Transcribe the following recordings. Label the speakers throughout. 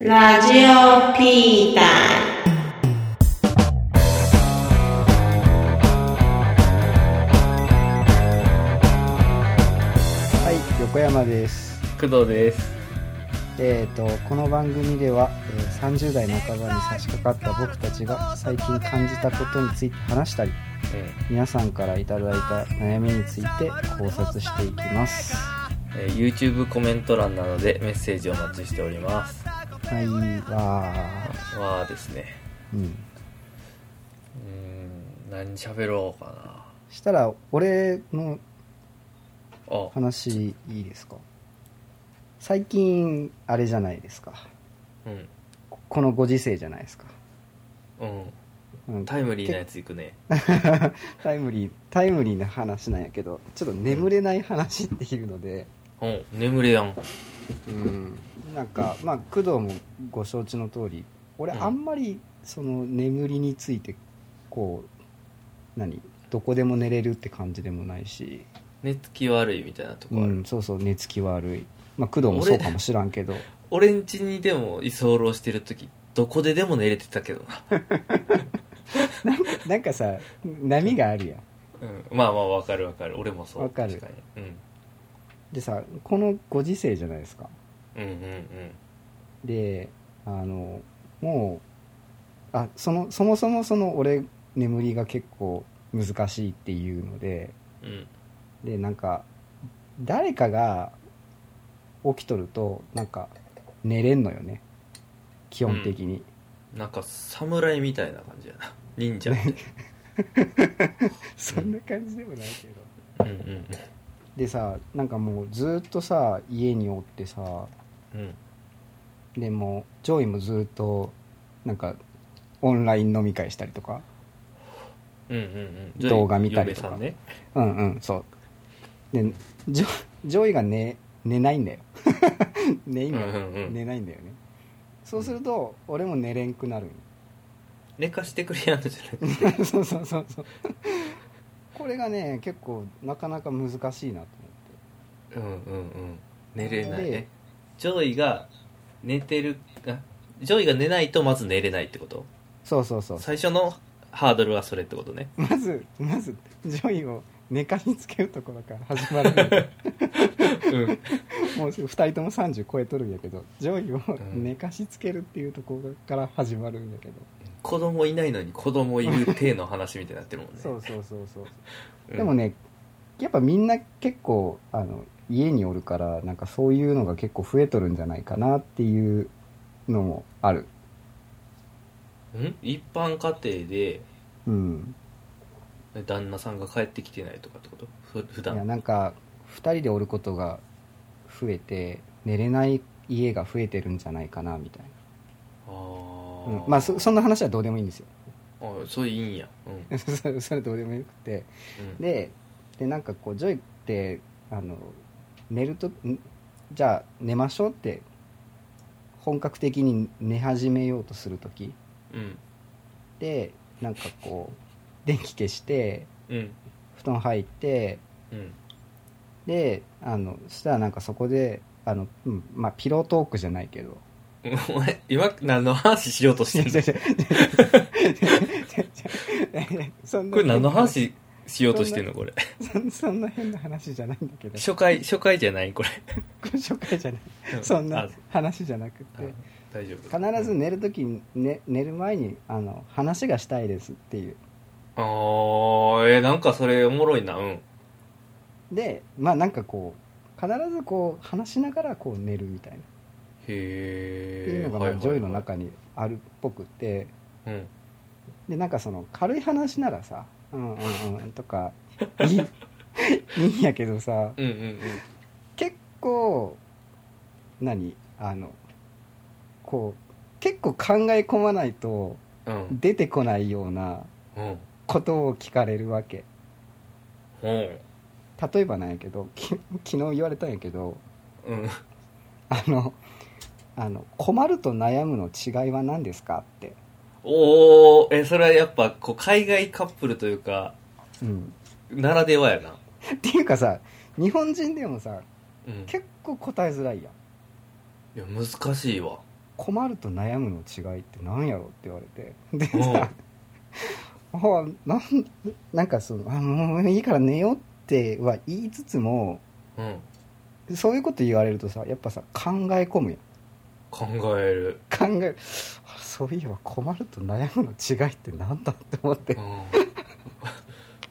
Speaker 1: ラジオピーター。
Speaker 2: はい、横山です。
Speaker 3: 工藤です。
Speaker 2: えっ、と、この番組では、えー30代半ばに差し掛かった僕たちが最近感じたことについて話したり、
Speaker 3: え
Speaker 2: 皆さんからいただいた悩みについて考察していきます。
Speaker 3: ーえー YouTube コメント欄などでメッセージをお待ちしております。
Speaker 2: はい、わ
Speaker 3: わあですね。
Speaker 2: ー。うん。
Speaker 3: うーん、何喋ろうか
Speaker 2: したら、俺の
Speaker 3: な。あ、
Speaker 2: 話いいですか最近、あれじゃないですか。
Speaker 3: うん、
Speaker 2: ここのご時世じゃないですか。
Speaker 3: うん。
Speaker 2: うん、
Speaker 3: タイムリーなやついくね。
Speaker 2: タイムリー、タイムリーな話なんやけど、ちょっと眠れない話っていうので、
Speaker 3: うん、眠れやん。
Speaker 2: うんなんか、まあ、工藤もご承知の通り俺
Speaker 3: うん
Speaker 2: あんまりその眠りについてこう何どこでも寝れるって感じでもないし、
Speaker 3: 寝つき悪いみたいなとこ
Speaker 2: う
Speaker 3: ある。
Speaker 2: ん、そうそう寝つき悪い、まあ、工藤もそうかもしらんけど
Speaker 3: 俺ん家にでも居候してる時どこででも寝れてたけどな。
Speaker 2: なんかさ波があるやん
Speaker 3: うん、まあまあわかるわかる。俺もそう。
Speaker 2: わかる
Speaker 3: 確に
Speaker 2: でさこのご時世じゃないですか
Speaker 3: うん、うん、うん、
Speaker 2: であのもうあそのそもそもその俺眠りが結構難しいっていうので
Speaker 3: うん。うん。
Speaker 2: でなんか誰かが起きとるとなんか寝れんのよね基本的に、
Speaker 3: なんか侍みたいな感じやな。忍者 みた い
Speaker 2: そんな感じでもないけど
Speaker 3: な。うん、
Speaker 2: でさなんかもうずっとさ家におってさ
Speaker 3: うん、うん。
Speaker 2: でもうジョイもずっとなんかオンライン飲み会したりとか
Speaker 3: うんうんうん、
Speaker 2: 動画見たりとか
Speaker 3: 嫁さんね
Speaker 2: うんうんそうでジョジョイが寝寝ないんだよ 寝いんだよ
Speaker 3: うんうんうん
Speaker 2: 寝ないんだよねそうすると俺も寝れんくなるんよ
Speaker 3: 寝かしてくれやんじゃな い
Speaker 2: そうそうそうそうこれがね結構なかなか難しいなと思って
Speaker 3: うんうんうん寝れない
Speaker 2: で
Speaker 3: ねジョイが寝てるあジョイが寝ないとまず寝れないってこと
Speaker 2: そうそうそう
Speaker 3: 最初のハードルはそれってことね
Speaker 2: まずまずジョイを寝かしつけるところから始まるんだけ ど
Speaker 3: う
Speaker 2: も
Speaker 3: ん
Speaker 2: う2人とも30超えとるんやけどジョイを
Speaker 3: ん
Speaker 2: 寝かしつけるっていうところから始まるんやけど、
Speaker 3: 子供いないのに子供いる体の話みたいになってるもんね
Speaker 2: そうそうそうそう、
Speaker 3: うん
Speaker 2: でもねやっぱみんな結構あの家におるからなんかそういうのが結構増えとるんじゃないかなっていうのもある
Speaker 3: うん一般家庭で
Speaker 2: うん
Speaker 3: 旦那さんが帰ってきてないとかってことふ普
Speaker 2: いや
Speaker 3: 段
Speaker 2: なんか2人でおることが増えて寝れない家が増えてるんじゃないかなみたい
Speaker 3: あ
Speaker 2: な、
Speaker 3: あ、
Speaker 2: うんまあそそんな話はどうでもいいんですよ
Speaker 3: あそういいんやうん
Speaker 2: そそれどうでもよくて
Speaker 3: うん
Speaker 2: ででなんかこうジョイってあの寝るとんじゃあ寝ましょうって本格的に寝始めようとする時
Speaker 3: うん
Speaker 2: でなんかこう電気消して
Speaker 3: うん
Speaker 2: 布団入って
Speaker 3: うん
Speaker 2: であのそしたらなんかそこであの、うんまあ、ピロートークじゃないけど
Speaker 3: お前、今、何の話しようとして
Speaker 2: 違う違
Speaker 3: ん
Speaker 2: う違う違う違う
Speaker 3: の
Speaker 2: 違うそんな
Speaker 3: これ何の話しようとしてんのこれ。
Speaker 2: そんそんな変な話じゃないんだけど
Speaker 3: 初回、初回じゃないこれ。
Speaker 2: 初回じゃない そん
Speaker 3: あ
Speaker 2: な話じゃなく
Speaker 3: あ
Speaker 2: て
Speaker 3: 大丈夫。
Speaker 2: 必ず寝るときに、ね、寝る前にあの話がしたいですっていう
Speaker 3: あー、えー、なんかそれおもろいな、うん。
Speaker 2: でまあなんかこう必ずこう話しながらこう寝るみたいな、
Speaker 3: へ
Speaker 2: って
Speaker 3: え
Speaker 2: いうのがまあジョイの中にあるっぽくて
Speaker 3: うん。
Speaker 2: でなんかその軽い話ならさ「うんうんうん」とかいいいいんやけどさ
Speaker 3: うんうん
Speaker 2: 結構何あのこう結構考え込まないと
Speaker 3: うん。うん。
Speaker 2: 出てこないような
Speaker 3: うん。
Speaker 2: ことを聞かれるわけ
Speaker 3: うん。
Speaker 2: 例えばなんやけど き昨日言われたんやけど
Speaker 3: うん。
Speaker 2: あのあの困ると悩むの違いは何ですかって、
Speaker 3: おー、え、それはやっぱ、こう、海外カップルというか、
Speaker 2: うん、
Speaker 3: ならではやな。
Speaker 2: っていうかさ日本人でもさ
Speaker 3: うん。い
Speaker 2: 結構答えづらいやん
Speaker 3: や、難しいわ。
Speaker 2: 困ると悩むの違いって何やろって言われてで
Speaker 3: おう
Speaker 2: さ あなんなんかそのあもういいから寝ようっては言いつつも
Speaker 3: うん。
Speaker 2: そういうこと言われるとさやっぱさ考え込むやん
Speaker 3: 考える。
Speaker 2: 考えるあそういえば困ると悩むの違いってなんだって思って
Speaker 3: うん。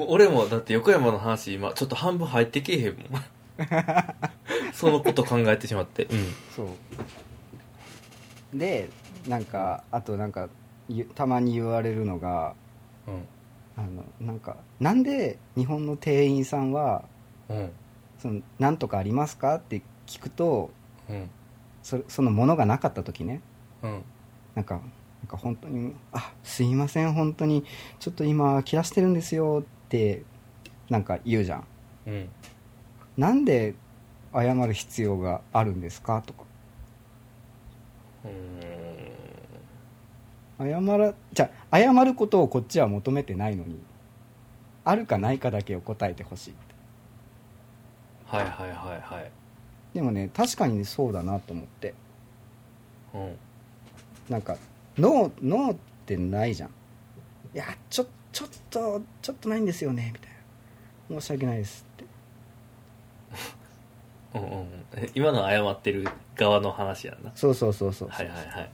Speaker 3: もう俺もだって横山の話今ちょっと半分入ってけえへんも んそのこと考えてしまってう
Speaker 2: そうでなんかあとなんかゆたまに言われるのが
Speaker 3: ん
Speaker 2: あのなんかなんで日本の店員さんは
Speaker 3: うんうん
Speaker 2: 「そのなんとかありますか?」って聞くと
Speaker 3: うん
Speaker 2: そそのものがなかった時ね
Speaker 3: うん
Speaker 2: なんかなんか本当に「あすいません本当にちょっと今切らしてるんですよ」ってなんか言うじゃん
Speaker 3: うん
Speaker 2: なんで謝る必要があるんですかとか謝らじゃあ謝ることをこっちは求めてないのにあるかないかだけを答えてほしい
Speaker 3: はいはいはいはい
Speaker 2: でもね確かにねそうだなと思って
Speaker 3: うん
Speaker 2: なんか「ノー」ノーってないじゃんいやちょちょっとちょっとないんですよねみたいな申し訳ないですって
Speaker 3: うんうんうんえ今の謝ってる側の話やんな
Speaker 2: そうそうそうそう、
Speaker 3: はいはいはい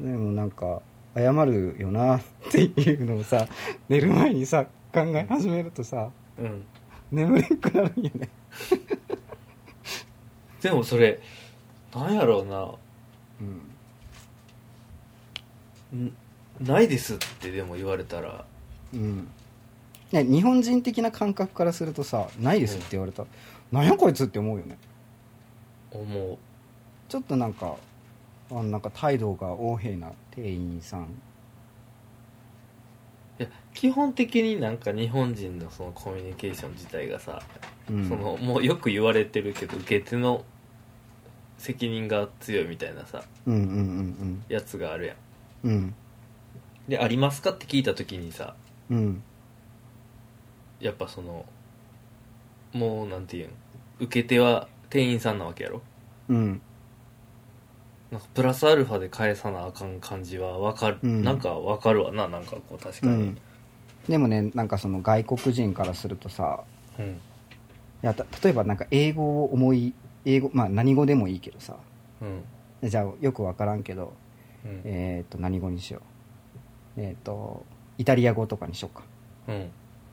Speaker 2: でもなんか謝るよなっていうのをさ寝る前にさ考え始めるとさ
Speaker 3: うん
Speaker 2: 眠れんくなるんよね
Speaker 3: でもそれなんやろうな
Speaker 2: うん
Speaker 3: んないですってでも言われたら
Speaker 2: うん、ね日本人的な感覚からするとさ「ないです」って言われたら「なんやこいつ」って思うよね
Speaker 3: 思う
Speaker 2: ちょっとなんかあなんか態度が横柄な店員さん
Speaker 3: いや基本的になんか日本人のそのコミュニケーション自体がさ、
Speaker 2: うん
Speaker 3: そのもうよく言われてるけど下手の責任が強いみたいなさ
Speaker 2: うんうんうん
Speaker 3: やつがあるやん
Speaker 2: うんうん
Speaker 3: で「ありますか?」って聞いた時にさ
Speaker 2: うん
Speaker 3: やっぱそのもうなんていうん受け手は店員さんなわけやろ
Speaker 2: うん
Speaker 3: なんかプラスアルファで返さなあかん感じはわかる、
Speaker 2: うん
Speaker 3: なんかわかるわななんかこう確か
Speaker 2: う
Speaker 3: に、
Speaker 2: んでもねなんかその外国人からするとさ
Speaker 3: うん
Speaker 2: いやた例えばなんか英語を思い英語まあ何語でもいいけどさ
Speaker 3: うん
Speaker 2: じゃあよくわからんけど
Speaker 3: うん
Speaker 2: えっ、と何語にしようえっ、とイタリア語とかにしようか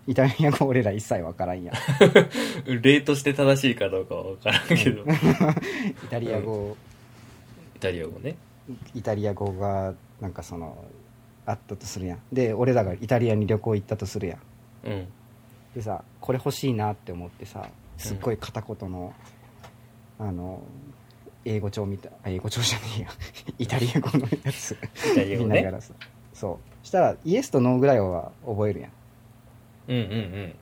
Speaker 2: イタリア語俺ら一切わからんやん
Speaker 3: うん例として正しいかどうかは分からんけど、イ
Speaker 2: イタリア語、
Speaker 3: タリア語ね
Speaker 2: イタリア語がなんかそのあったとするやんで俺らがイタリアに旅行行ったとするやん
Speaker 3: うん
Speaker 2: でさこれ欲しいなって思ってさすっごい片言の、あの英語帳みたいあ英語帳じゃねえ やイタリア語のやつ
Speaker 3: イタリア語
Speaker 2: 見なが
Speaker 3: ね
Speaker 2: らさそうしたらイエスとノーぐらいは覚えるやん
Speaker 3: うんうんうん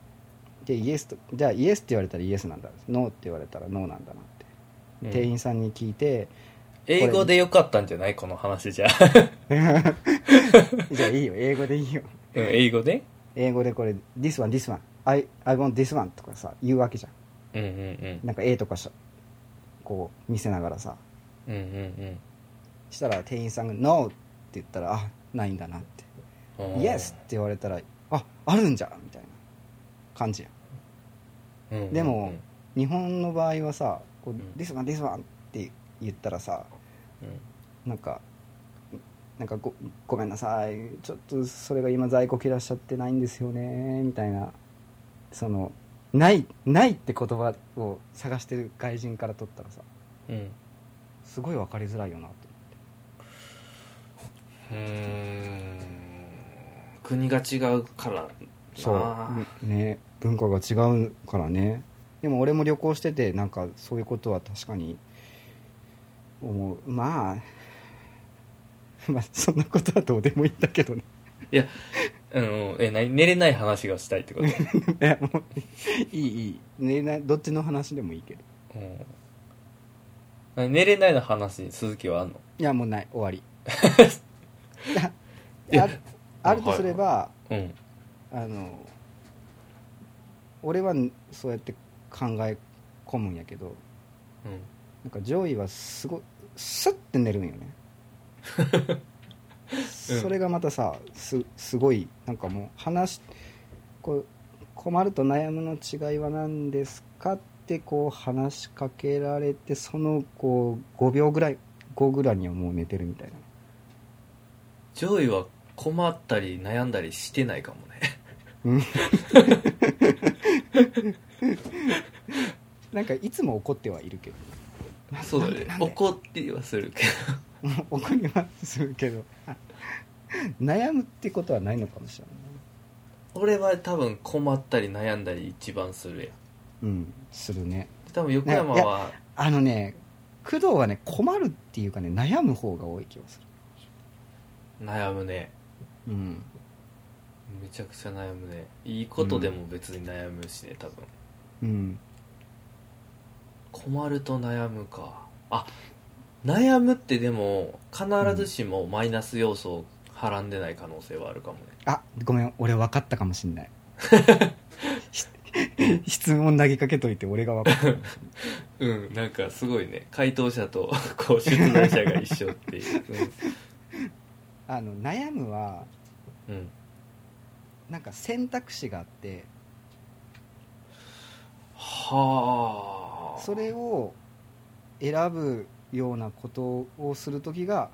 Speaker 2: でイエスとじゃあイエスって言われたらイエスなんだノーって言われたらノーなんだなって、
Speaker 3: うん
Speaker 2: 店員さんに聞いて
Speaker 3: 英語でよかったんじゃないこの話じゃ
Speaker 2: じゃあいいよ英語でいいよ
Speaker 3: うん英語で
Speaker 2: 英語でこれ「this one this one I, I want this one」とかさ言うわけじゃん
Speaker 3: うんうん
Speaker 2: なんか絵とかしこう見せながらさ
Speaker 3: うんうんうん
Speaker 2: したら店員さんが「No」って言ったら「あないんだな」って
Speaker 3: うん
Speaker 2: 「Yes」って言われたら「ああるんじゃん」みたいな感じやん
Speaker 3: うんうんうん
Speaker 2: でも日本の場合はさ「こう
Speaker 3: うん
Speaker 2: this one this one」って言ったらさ
Speaker 3: うん
Speaker 2: なんかなんかごごめんなさいちょっとそれが今在庫切らしちゃってないんですよねみたいなそのないないって言葉を探してる外人から取ったらさ
Speaker 3: うん
Speaker 2: すごい分かりづらいよなと
Speaker 3: うーん国が違うからな
Speaker 2: うね文化が違うからねでも俺も旅行しててなんかそういうことは確かに思うまあまあ そんなことはどうでもいいんだけどね
Speaker 3: いやうんうんえな寝れない話がしたいってこと、
Speaker 2: いやもういいいい、ね、などっちの話でもいいけど
Speaker 3: うんな、寝れないの話鈴木はあんの
Speaker 2: いやもうない終わり い
Speaker 3: いや
Speaker 2: やああるとすれば、
Speaker 3: うん
Speaker 2: あの俺はそうやって考え込むんやけど
Speaker 3: うん
Speaker 2: なんか上位はすごスッて寝るんよねそれがまたさすすごいなんかもう話しこう困ると悩むの違いは何ですかってこう話しかけられてそのこう5秒ぐらい後ぐらいにはもう寝てるみたいな
Speaker 3: 上位は困ったり悩んだりしてないかもね
Speaker 2: なんかいつも怒ってはいるけど
Speaker 3: そうだね
Speaker 2: なんでなんで
Speaker 3: 怒ってはするけ
Speaker 2: もう怒りはするけど 悩むってことはないのかもしれない
Speaker 3: ど俺は多分困ったり悩んだり一番するや
Speaker 2: う
Speaker 3: ん
Speaker 2: んするね
Speaker 3: 多分横山
Speaker 2: ねい
Speaker 3: は
Speaker 2: あのね工藤はね困るっていうかね悩む方が多い気がす
Speaker 3: 悩むね
Speaker 2: るうん
Speaker 3: めちゃくちゃ悩むねいいことでも別に悩むしね多分
Speaker 2: うん
Speaker 3: 困ると悩むかあ悩むってでも必ずしもマイナス要素をはらんでない可能性はあるかもね
Speaker 2: あごめん俺分かったかもしん ないし質問投げかけといて俺が分かった
Speaker 3: うんなんかすごいね回答者と こう出題者が一緒っていう
Speaker 2: あの悩むは
Speaker 3: うん、うん
Speaker 2: なんか選択肢があって
Speaker 3: はあ
Speaker 2: それを選ぶようなことをする時が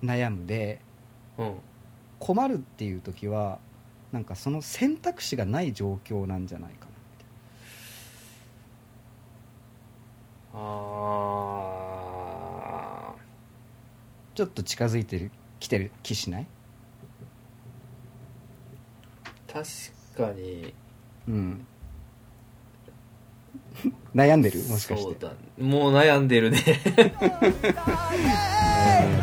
Speaker 2: 悩むで
Speaker 3: うん
Speaker 2: 困るっていう時はなんかその選択肢がない状況なんじゃないかな
Speaker 3: あ
Speaker 2: ちょっと近づいてる来てる気しない
Speaker 3: ー確かに
Speaker 2: うん 悩んでるもしかし
Speaker 3: そう
Speaker 2: て
Speaker 3: だもう悩んでるね
Speaker 2: えー